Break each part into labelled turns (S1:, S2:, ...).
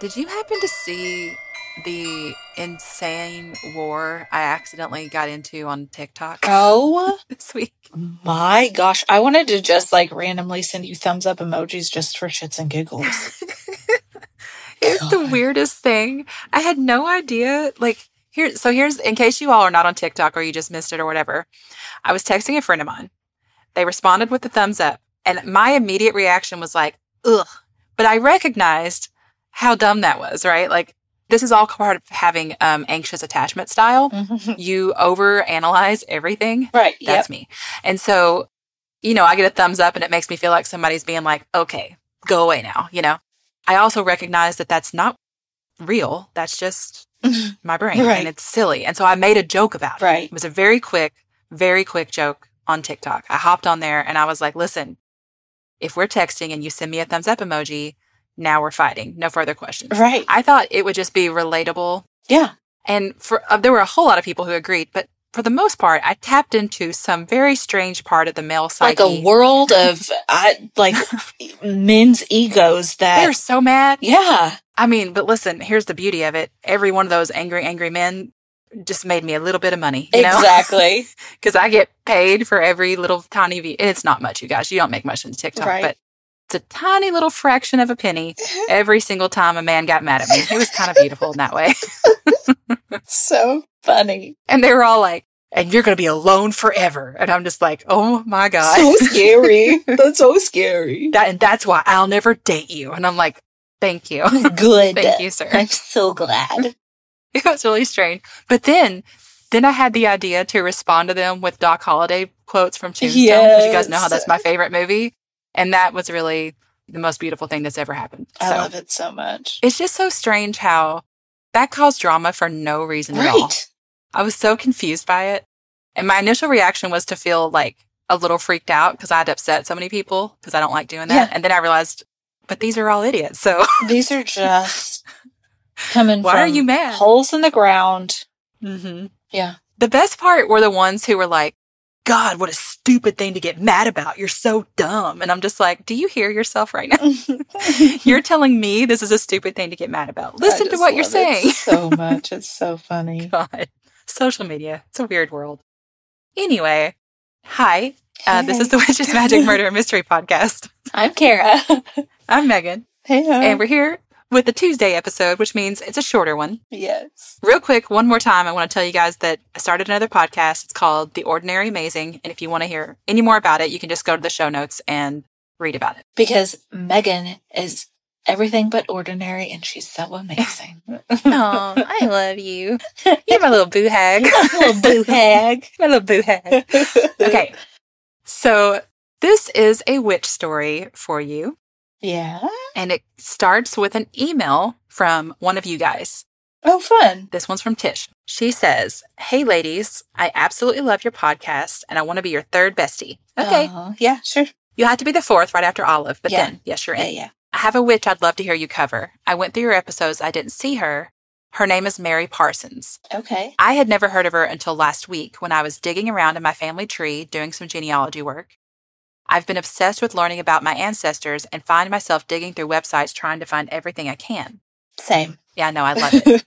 S1: Did you happen to see the insane war I accidentally got into on TikTok
S2: Oh
S1: this week?
S2: my gosh. I wanted to just like randomly send you thumbs up emojis just for shits and giggles.
S1: it's the
S2: God.
S1: weirdest thing. I had no idea. Like here, so here's in case you all are not on TikTok or you just missed it or whatever. I was texting a friend of mine. They responded with the thumbs up, and my immediate reaction was like, "Ugh!" But I recognized how dumb that was. Right? Like this is all part of having um, anxious attachment style.
S2: Mhm.
S1: You overanalyze everything.
S2: right. Yep.
S1: That's me. And so, you know, I get a thumbs up and it makes me feel like somebody's being like, okay, go away now, you know? I also recognize that that's not real. That's just my brain
S2: Mm-hmm. Right.
S1: and it's silly. And so I made a joke about it.
S2: right.
S1: It was a very quick, very quick joke on TikTok. I hopped on there and I was like, listen, if we're texting and you send me a thumbs up emoji, now we're fighting. No further questions.
S2: Right.
S1: I thought it would just be relatable
S2: Yeah.
S1: and for uh, there were a whole lot of people who agreed, but for the most part, I tapped into some very strange part of the male
S2: Like
S1: psyche.
S2: a world of I, like men's egos that
S1: They're so mad.
S2: yeah.
S1: I mean, but listen, here's the beauty of it. Every one of those angry, angry men just made me a little bit of money, you know?
S2: Exactly.
S1: Because I get paid for every little tiny view. And it's not much, you guys. You don't make much in TikTok,
S2: Right. Mm-hmm.
S1: but it's a tiny little fraction of a penny every single time a man got mad at me. It was kind of beautiful in that way.
S2: so funny.
S1: And they were all like, and you're going to be alone forever. And I'm just like, oh my God.
S2: So scary. That's so scary.
S1: that and that's why I'll never date you. And I'm like, thank you.
S2: Good.
S1: thank you, sir.
S2: I'm so glad.
S1: It was really strange. But then then I had the idea to respond to them with Doc Holliday quotes from Tombstone. Because you guys know how
S2: Yes.
S1: that's my favorite movie. And that was really the most beautiful thing that's ever happened.
S2: I
S1: so
S2: love it so much.
S1: it's just so strange how that caused drama for no reason at all.
S2: Right.
S1: I was so confused by it. And my initial reaction was to feel like a little freaked out because I'd upset so many people because I don't like doing that. And then I realized, but these are all idiots. So
S2: These are just coming
S1: why
S2: from
S1: are you mad?
S2: holes in the ground.
S1: hmm
S2: Yeah.
S1: The best part were the ones who were like, God, what a stupid thing to get mad about. You're so dumb. And I'm just like, do you hear yourself right now? You're telling me this is a stupid thing to get mad about. Listen
S2: I
S1: to
S2: just
S1: what you're
S2: love it
S1: saying.
S2: so much. It's so funny.
S1: God, social media. It's a weird world. Anyway, hi. Uh, This is the Witches Magic Murder and Mystery Podcast.
S2: I'm Kara.
S1: I'm Megan,
S2: Hey.
S1: and we're here with the Tuesday episode, which means it's a shorter one.
S2: yes.
S1: Real quick, one more time, I want to tell you guys that I started another podcast. It's called The Ordinary Amazing. And if you want to hear any more about it, you can just go to the show notes and read about it.
S2: Because Megan is everything but ordinary and she's so amazing.
S1: Oh, I love you. You're my little boo hag.
S2: Little boo hag.
S1: my little boo hag. Okay. So this is a witch story for you.
S2: Yeah.
S1: And it starts with an email from one of you guys.
S2: Oh, fun.
S1: This one's from Tish. She says, Hey, ladies, I absolutely love your podcast and I want to be your third bestie. Okay.
S2: Aw, yeah, sure.
S1: You'll have to be the fourth right after Olive, but
S2: Yeah.
S1: then, yes, you're
S2: Yeah,
S1: in.
S2: yeah.
S1: I have a witch I'd love to hear you cover. I went through your episodes, I didn't see her. Her name is Mary Parsons.
S2: Okay.
S1: I had never heard of her until last week when I was digging around in my family tree doing some genealogy work. I've been obsessed with learning about my ancestors and find myself digging through websites trying to find everything I can.
S2: Same.
S1: Yeah, I know, I love it.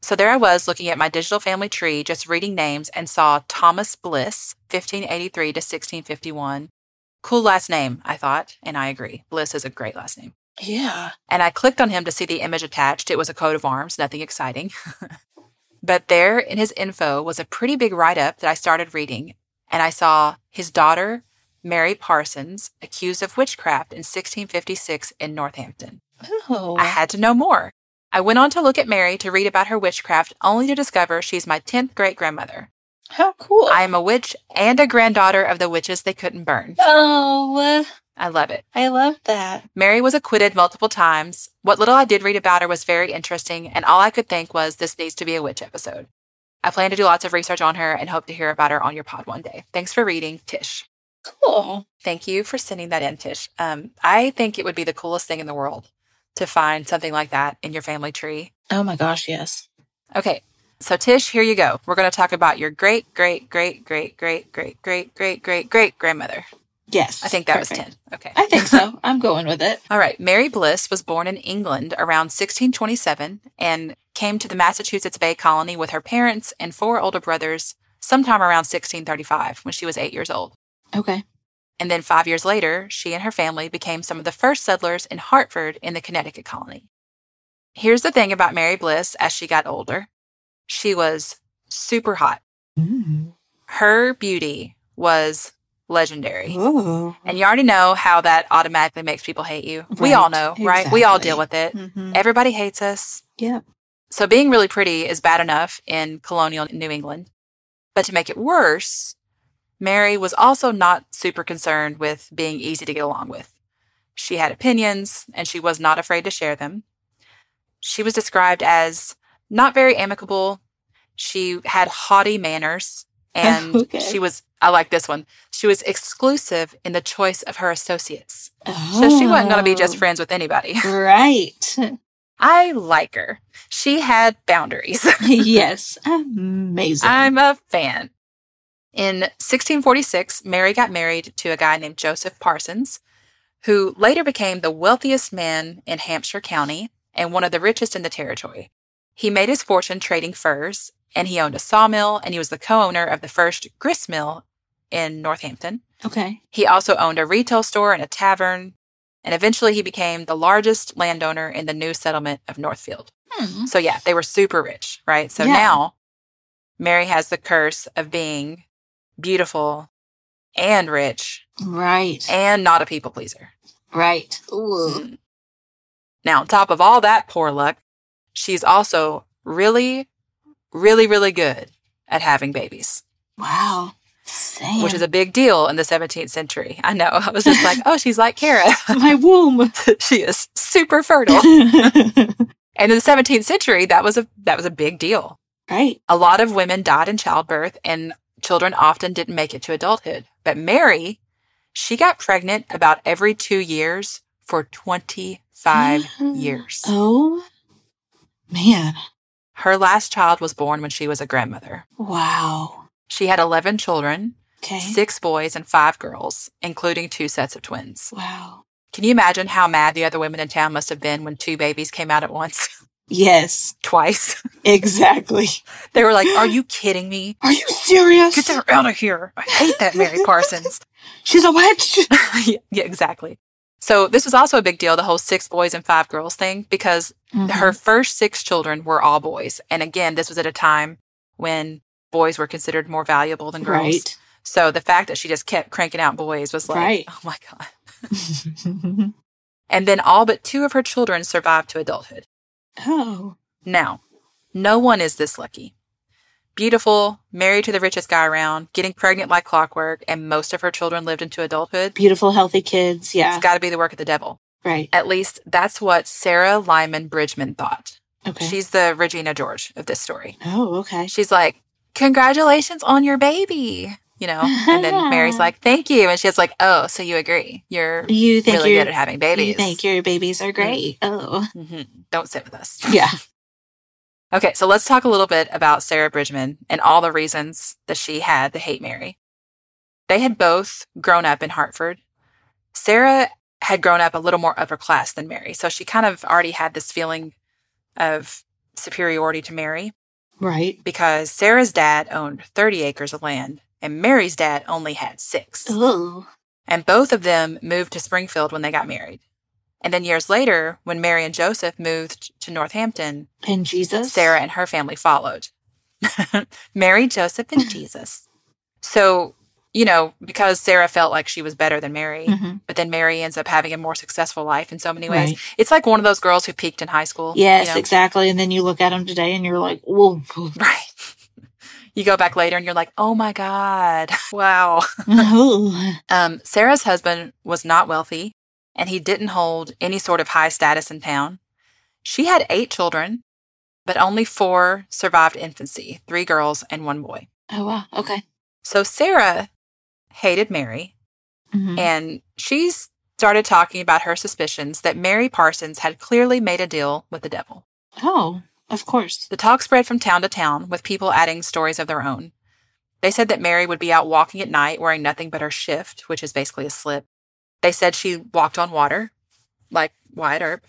S1: So there I was looking at my digital family tree, just reading names, and saw Thomas Bliss, 1583 to 1651. Cool last name, I thought, and I agree. Bliss is a great last name.
S2: yeah.
S1: And I clicked on him to see the image attached. It was a coat of arms, nothing exciting. but there in his info was a pretty big write up that I started reading, and I saw his daughter, Mary Parsons, accused of witchcraft in 1656 in Northampton.
S2: Oh.
S1: I had to know more. I went on to look at Mary to read about her witchcraft, only to discover she's my 10th great grandmother.
S2: How cool.
S1: I am a witch and a granddaughter of the witches they couldn't burn.
S2: oh,
S1: I love it.
S2: I love that.
S1: Mary was acquitted multiple times. What little I did read about her was very interesting, and all I could think was this needs to be a witch episode. I plan to do lots of research on her and hope to hear about her on your pod one day. Thanks for reading, Tish.
S2: Cool.
S1: Thank you for sending that in, Tish. Um, I think it would be the coolest thing in the world to find something like that in your family tree.
S2: Oh my gosh, yes.
S1: Okay. So Tish, here you go. We're going to talk about your great great great great great great great great great great grandmother.
S2: Yes.
S1: I think that
S2: perfect.
S1: was 10. Okay.
S2: I think so. I'm going with it.
S1: All right. Mary Bliss was born in England around 1627 and came to the Massachusetts Bay Colony with her parents and four older brothers sometime around 1635 when she was eight years old.
S2: Okay.
S1: And then five years later, she and her family became some of the first settlers in Hartford in the Connecticut colony. Here's the thing about Mary Bliss as she got older she was super hot.
S2: Mm.
S1: Her beauty was
S2: Mm-hmm.
S1: legendary.
S2: Ooh.
S1: And you already know how that automatically makes people hate you. We all
S2: Right,
S1: know, right? We all
S2: exactly.
S1: deal with it.
S2: hmm
S1: Everybody hates us.
S2: Yep.
S1: So being really pretty is bad enough in colonial New England. But to make it worse, Mary was also not super concerned with being easy to get along with. She had opinions and she was not afraid to share them. She was described as not very amicable. She had haughty manners and
S2: Okay.
S1: she was, I like this one, she was exclusive in the choice of her associates. So she wasn't going to be just
S2: Oh,
S1: friends with anybody.
S2: Right.
S1: I like her. She had boundaries.
S2: yes. Amazing.
S1: I'm a fan. In 1646, Mary got married to a guy named Joseph Parsons, who later became the wealthiest man in Hampshire County and one of the richest in the territory. He made his fortune trading furs, and he owned a sawmill, and he was the co owner of the first grist mill in Northampton.
S2: okay.
S1: He also owned a retail store and a tavern, and eventually he became the largest landowner in the new settlement of Northfield.
S2: Hmm.
S1: So yeah, they were super rich, right? So
S2: Yeah.
S1: now Mary has the curse of being beautiful and rich
S2: Right.
S1: and not a people pleaser.
S2: right. Ooh.
S1: Mm. Now, on top of all that poor luck, she's also really, really, really good at having babies,
S2: Wow. Sam.
S1: which is a big deal in the 17th century. I know. I was just like, oh, she's like Kara.
S2: my womb.
S1: she is super fertile. and in the 17th century, that was a that was a big deal.
S2: right.
S1: A lot of women died in childbirth, and children often didn't make it to adulthood. But Mary, she got pregnant about every two years for 25
S2: Mm.
S1: years.
S2: Mm-hmm. Oh man.
S1: Her last child was born when she was a grandmother.
S2: Wow.
S1: She had 11 children,
S2: Okay.
S1: six boys and five girls, including two sets of twins.
S2: Wow.
S1: Can you imagine how mad the other women in town must have been when two babies came out at once?
S2: Yes.
S1: Twice.
S2: Exactly.
S1: They were like, Are you kidding me?
S2: Are you serious?
S1: Get her out of here. I hate that Mary Parsons.
S2: She's a witch.
S1: yeah, yeah, exactly. So this was also a big deal, the whole six boys and five girls thing, because
S2: Mm-hmm.
S1: her first six children were all boys. And again, this was at a time when boys were considered more valuable than girls.
S2: Right.
S1: So the fact that she just kept cranking out boys was like,
S2: Right.
S1: oh my God. And then all but two of her children survived to adulthood.
S2: oh.
S1: Now, no one is this lucky. Beautiful, married to the richest guy around, getting pregnant like clockwork, and most of her children lived into adulthood.
S2: Beautiful, healthy kids. Yeah.
S1: It's got to be the work of the devil.
S2: Right.
S1: At least that's what Sarah Lyman Bridgman thought.
S2: Okay.
S1: She's the Regina George of this story.
S2: oh, okay.
S1: She's like, Congratulations on your baby. You know, and then Mary's like, Thank you. And she's like, Oh, so you agree. You're
S2: You think
S1: really
S2: your
S1: good at having
S2: you
S1: babies.
S2: think your babies are great? Oh.
S1: Mhm. Don't sit with us.
S2: Yeah.
S1: Okay, so let's talk a little bit about Sarah Bridgman and all the reasons that she had to hate Mary. They had both grown up in Hartford. Sarah had grown up a little more upper class than Mary, so she kind of already had this feeling of superiority to Mary
S2: Right.
S1: because Sarah's dad owned 30 acres of land and Mary's dad only had six.
S2: Oh.
S1: And both of them moved to Springfield when they got married. And then years later, when Mary and Joseph moved to Northampton,
S2: And Jesus.
S1: Sarah and her family followed. Mary, Joseph, and Jesus. So, you know, because Sarah felt like she was better than Mary,
S2: Mhm.
S1: but then Mary ends up having a more successful life in so many ways.
S2: Right.
S1: It's like one of those girls who peaked in high school. you
S2: Yes,
S1: know?
S2: exactly. And then you look at them today and you're like, whoa.
S1: Right. you go back later and you're like, oh my God. Wow.
S2: oh.
S1: Um, Sarah's husband was not wealthy and he didn't hold any sort of high status in town. She had eight children, but only four survived infancy three girls and one boy.
S2: Oh, wow. Okay.
S1: So Sarah hated Mary,
S2: Mhm.
S1: and she started talking about her suspicions that Mary Parsons had clearly made a deal with the devil.
S2: Oh, of course.
S1: The talk spread from town to town, with people adding stories of their own. They said that Mary would be out walking at night wearing nothing but her shift, which is basically a slip. They said she walked on water, like Wyatt Earp.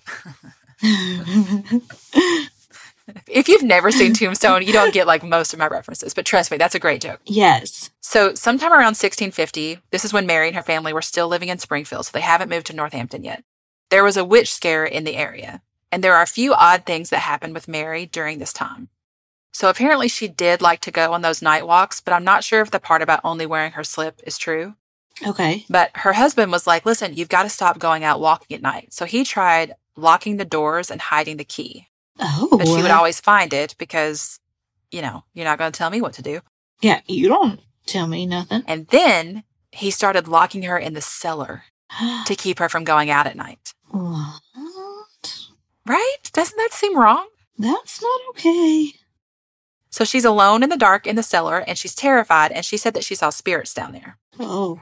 S1: If you've never seen Tombstone, you don't get like most of my references, but trust me, that's a great joke.
S2: yes.
S1: So, sometime around 1650, this is when Mary and her family were still living in Springfield, so they haven't moved to Northampton yet. There was a witch scare in the area, and there are a few odd things that happened with Mary during this time. So, apparently, she did like to go on those night walks, but I'm not sure if the part about only wearing her slip is true.
S2: Okay.
S1: But her husband was like, listen, you've got to stop going out walking at night. So, he tried locking the doors and hiding the key
S2: Oh.
S1: but she would always find it because, you know, you're not going to tell me what to do.
S2: Yeah, you don't tell me nothing.
S1: And then he started locking her in the cellar to keep her from going out at night.
S2: what?
S1: Right? Doesn't that seem wrong?
S2: That's not okay.
S1: So she's alone in the dark in the cellar and she's terrified and she said that she saw spirits down there.
S2: Oh.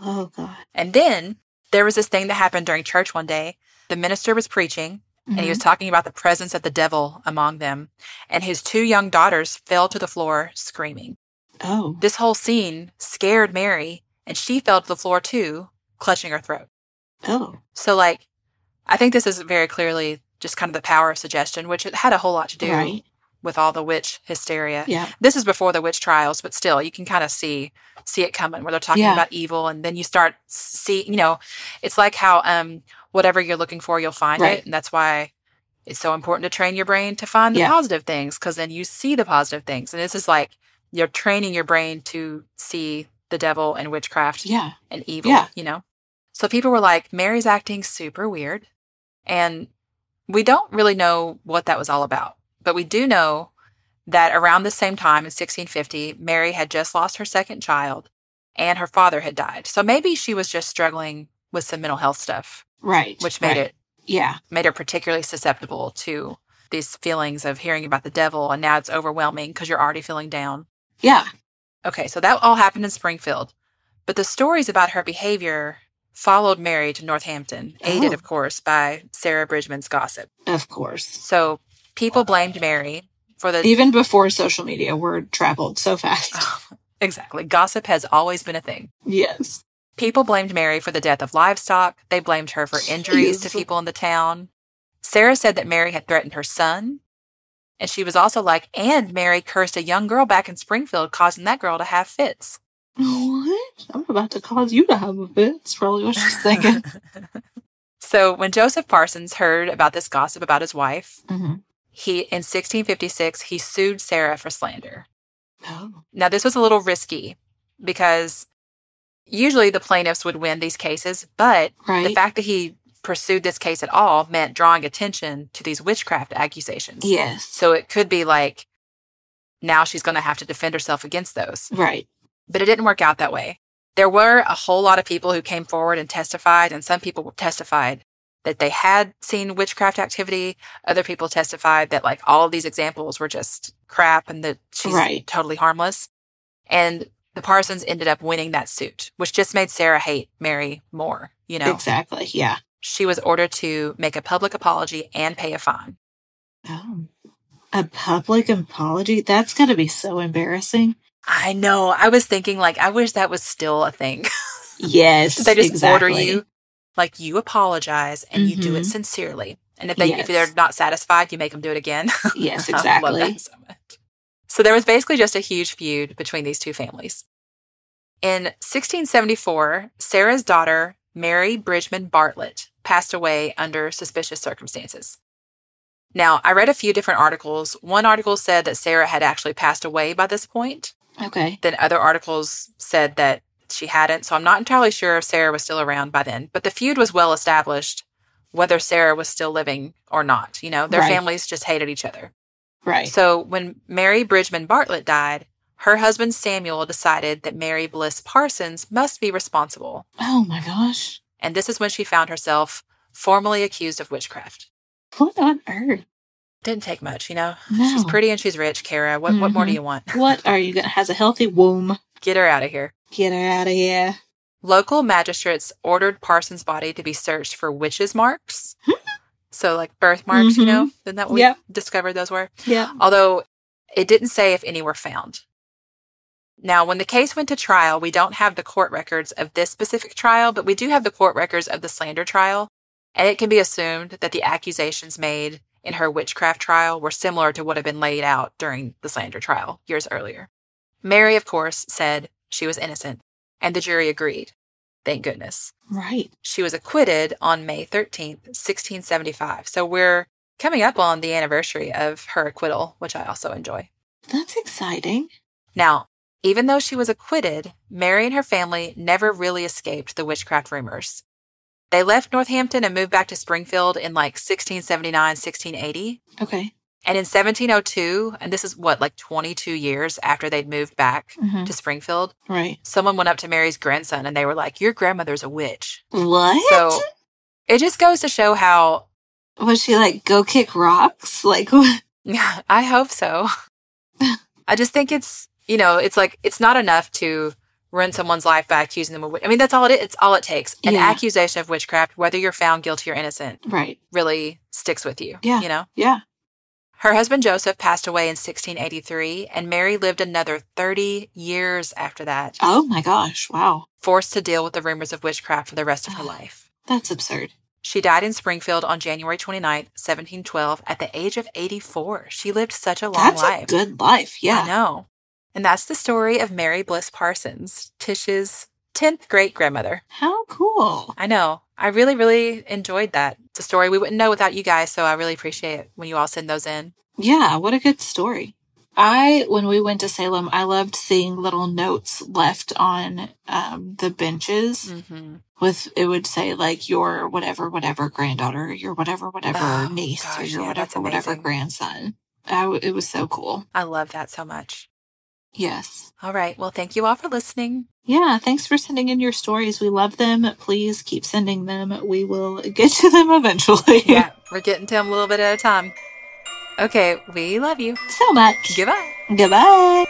S2: Oh God.
S1: And then there was this thing that happened during church one day. The minister was preaching and he was talking about the presence of the devil among them and his two young daughters fell to the floor screaming.
S2: oh.
S1: This whole scene scared Mary, and she fell to the floor too, clutching her throat.
S2: Oh.
S1: So, like, I think this is very clearly just kind of the power of suggestion, which it had a whole lot to do
S2: Right.
S1: with all the witch hysteria.
S2: Yeah.
S1: This is before the witch trials, but still, you can kind of see see it coming where they're talking
S2: Yeah.
S1: about evil, and then you start see, you know, it's like how um whatever you're looking for, you'll find
S2: Right.
S1: it, and that's why it's so important to train your brain to find the
S2: Yeah.
S1: positive things because then you see the positive things, and this is like you're training your brain to see the devil and witchcraft
S2: Yeah.
S1: and evil,
S2: Yeah.
S1: you know? So people were like, Mary's acting super weird. And we don't really know what that was all about. But we do know that around the same time in 1650, Mary had just lost her second child and her father had died. So maybe she was just struggling with some mental health stuff,
S2: Right.
S1: which made
S2: right.
S1: it
S2: Yeah.
S1: made her particularly susceptible to these feelings of hearing about the devil and now it's overwhelming because you're already feeling down.
S2: Yeah.
S1: Okay, so that all happened in Springfield. But the stories about her behavior followed Mary to Northampton, aided,
S2: Oh.
S1: of course, by Sarah Bridgman's gossip.
S2: Of course.
S1: So people blamed Mary for the.
S2: Even before social media, word traveled so fast.
S1: exactly. Gossip has always been a thing.
S2: yes.
S1: People blamed Mary for the death of livestock. They blamed her for injuries to
S2: Jeez.
S1: people in the town. Sarah said that Mary had threatened her son. And she was also like, and Mary cursed a young girl back in Springfield, causing that girl to have fits.
S2: What? I'm about to cause you to have a fit. That's probably what she's thinking.
S1: So when Joseph Parsons heard about this gossip about his wife,
S2: mm-hmm.
S1: he in 1656 he sued Sarah for slander.
S2: Oh.
S1: Now this was a little risky because usually the plaintiffs would win these cases, but the
S2: Right.
S1: fact that he pursued this case at all meant drawing attention to these witchcraft accusations.
S2: yes.
S1: So it could be like now she's going to have to defend herself against those
S2: Right.
S1: but it didn't work out that way. There were a whole lot of people who came forward and testified, and some people testified that they had seen witchcraft activity. Other people testified that like all of these examples were just crap and that she's
S2: Right.
S1: totally harmless. And the Parsons ended up winning that suit, which just made Sarah hate Mary more. You know,
S2: Exactly. Yeah.
S1: she was ordered to make a public apology and pay a fine.
S2: Oh. A public apology? That's going to be so embarrassing.
S1: I know. I was thinking like, I wish that was still a thing.
S2: Yes.
S1: Did they just
S2: exactly.
S1: order you? Like you apologize and you do it
S2: Mhm.
S1: sincerely. And if they if
S2: Yes.
S1: they're not satisfied, you make them do it again.
S2: Yes,
S1: I love
S2: exactly.
S1: that so much. So there was basically just a huge feud between these two families. In 1674, Sarah's daughter, Mary Bridgman Bartlett, passed away under suspicious circumstances. Now, I read a few different articles. One article said that Sarah had actually passed away by this point,
S2: Okay.
S1: then other articles said that she hadn't. So I'm not entirely sure if Sarah was still around by then, but the feud was well established whether Sarah was still living or not. You know, their
S2: Right.
S1: families just hated each other.
S2: Right.
S1: So when Mary Bridgman Bartlett died, her husband Samuel decided that Mary Bliss Parsons must be responsible.
S2: oh my gosh.
S1: And this is when she found herself formally accused of witchcraft.
S2: What on earth?
S1: Didn't take much, you know.
S2: No.
S1: She's pretty and she's rich, Kara. What what more do
S2: Mhm.
S1: you want?
S2: What are you going to has a healthy womb?
S1: Get her out of here.
S2: Get her out of here.
S1: Local magistrates ordered Parsons' body to be searched for witches' marks. so, like birthmarks, you know, then that we
S2: Yep.
S1: discovered those were.
S2: Yeah.
S1: Although it didn't say if any were found. Now, when the case went to trial, we don't have the court records of this specific trial, but we do have the court records of the slander trial, and it can be assumed that the accusations made in her witchcraft trial were similar to what had been laid out during the slander trial years earlier. Mary, of course, said she was innocent, and the jury agreed. Thank goodness.
S2: Right.
S1: She was acquitted on May 13th, 1675. So we're coming up on the anniversary of her acquittal, which I also enjoy.
S2: That's exciting.
S1: Now, even though she was acquitted, Mary and her family never really escaped the witchcraft rumors. They left Northampton and moved back to Springfield in like 1679, 1680.
S2: Okay.
S1: And in 1702, and this is what, like 22 years after they'd moved back
S2: Mhm.
S1: to Springfield,
S2: Right.
S1: someone went up to Mary's grandson and they were like, Your grandmother's a witch.
S2: What?
S1: So it just goes to show how,
S2: was she like go kick rocks? Like what?
S1: I hope so. I just think it's, you know, it's like, it's not enough to ruin someone's life by accusing them of witch. I mean, that's all it is. It's all it takes. An
S2: Yeah.
S1: accusation of witchcraft, whether you're found guilty or innocent,
S2: Right.
S1: really sticks with you.
S2: Yeah.
S1: You know?
S2: Yeah.
S1: Her husband Joseph passed away in 1683, and Mary lived another 30 years after that,
S2: Oh my gosh. Wow.
S1: forced to deal with the rumors of witchcraft for the rest
S2: Ah.
S1: of her life.
S2: That's absurd.
S1: She died in Springfield on January 29, 1712, at the age of 84. She lived such a long
S2: That's
S1: life.
S2: a good life.
S1: I
S2: Yeah.
S1: know. And that's the story of Mary Bliss Parsons, Tish's 10th great grandmother.
S2: How cool.
S1: I know. I really, really enjoyed that. It's a story we wouldn't know without you guys, so I really appreciate it when you all send those in.
S2: Yeah. What a good story. I, when we went to Salem, I loved seeing little notes left on um, the benches
S1: Mm-hmm.
S2: with, it would say like your whatever, whatever granddaughter, your whatever, whatever
S1: Oh,
S2: niece, or
S1: gosh,
S2: your
S1: yeah, that's
S2: whatever, whatever
S1: amazing.
S2: grandson. I w- it was so cool.
S1: I love that so much.
S2: Yes.
S1: All right. Well, thank you all for listening.
S2: Yeah, thanks for sending in your stories. We love them. Please keep sending them. We will get to them eventually.
S1: Yeah, we're getting to them a little bit at a time. Okay, we love you.
S2: so much.
S1: Goodbye.
S2: Goodbye.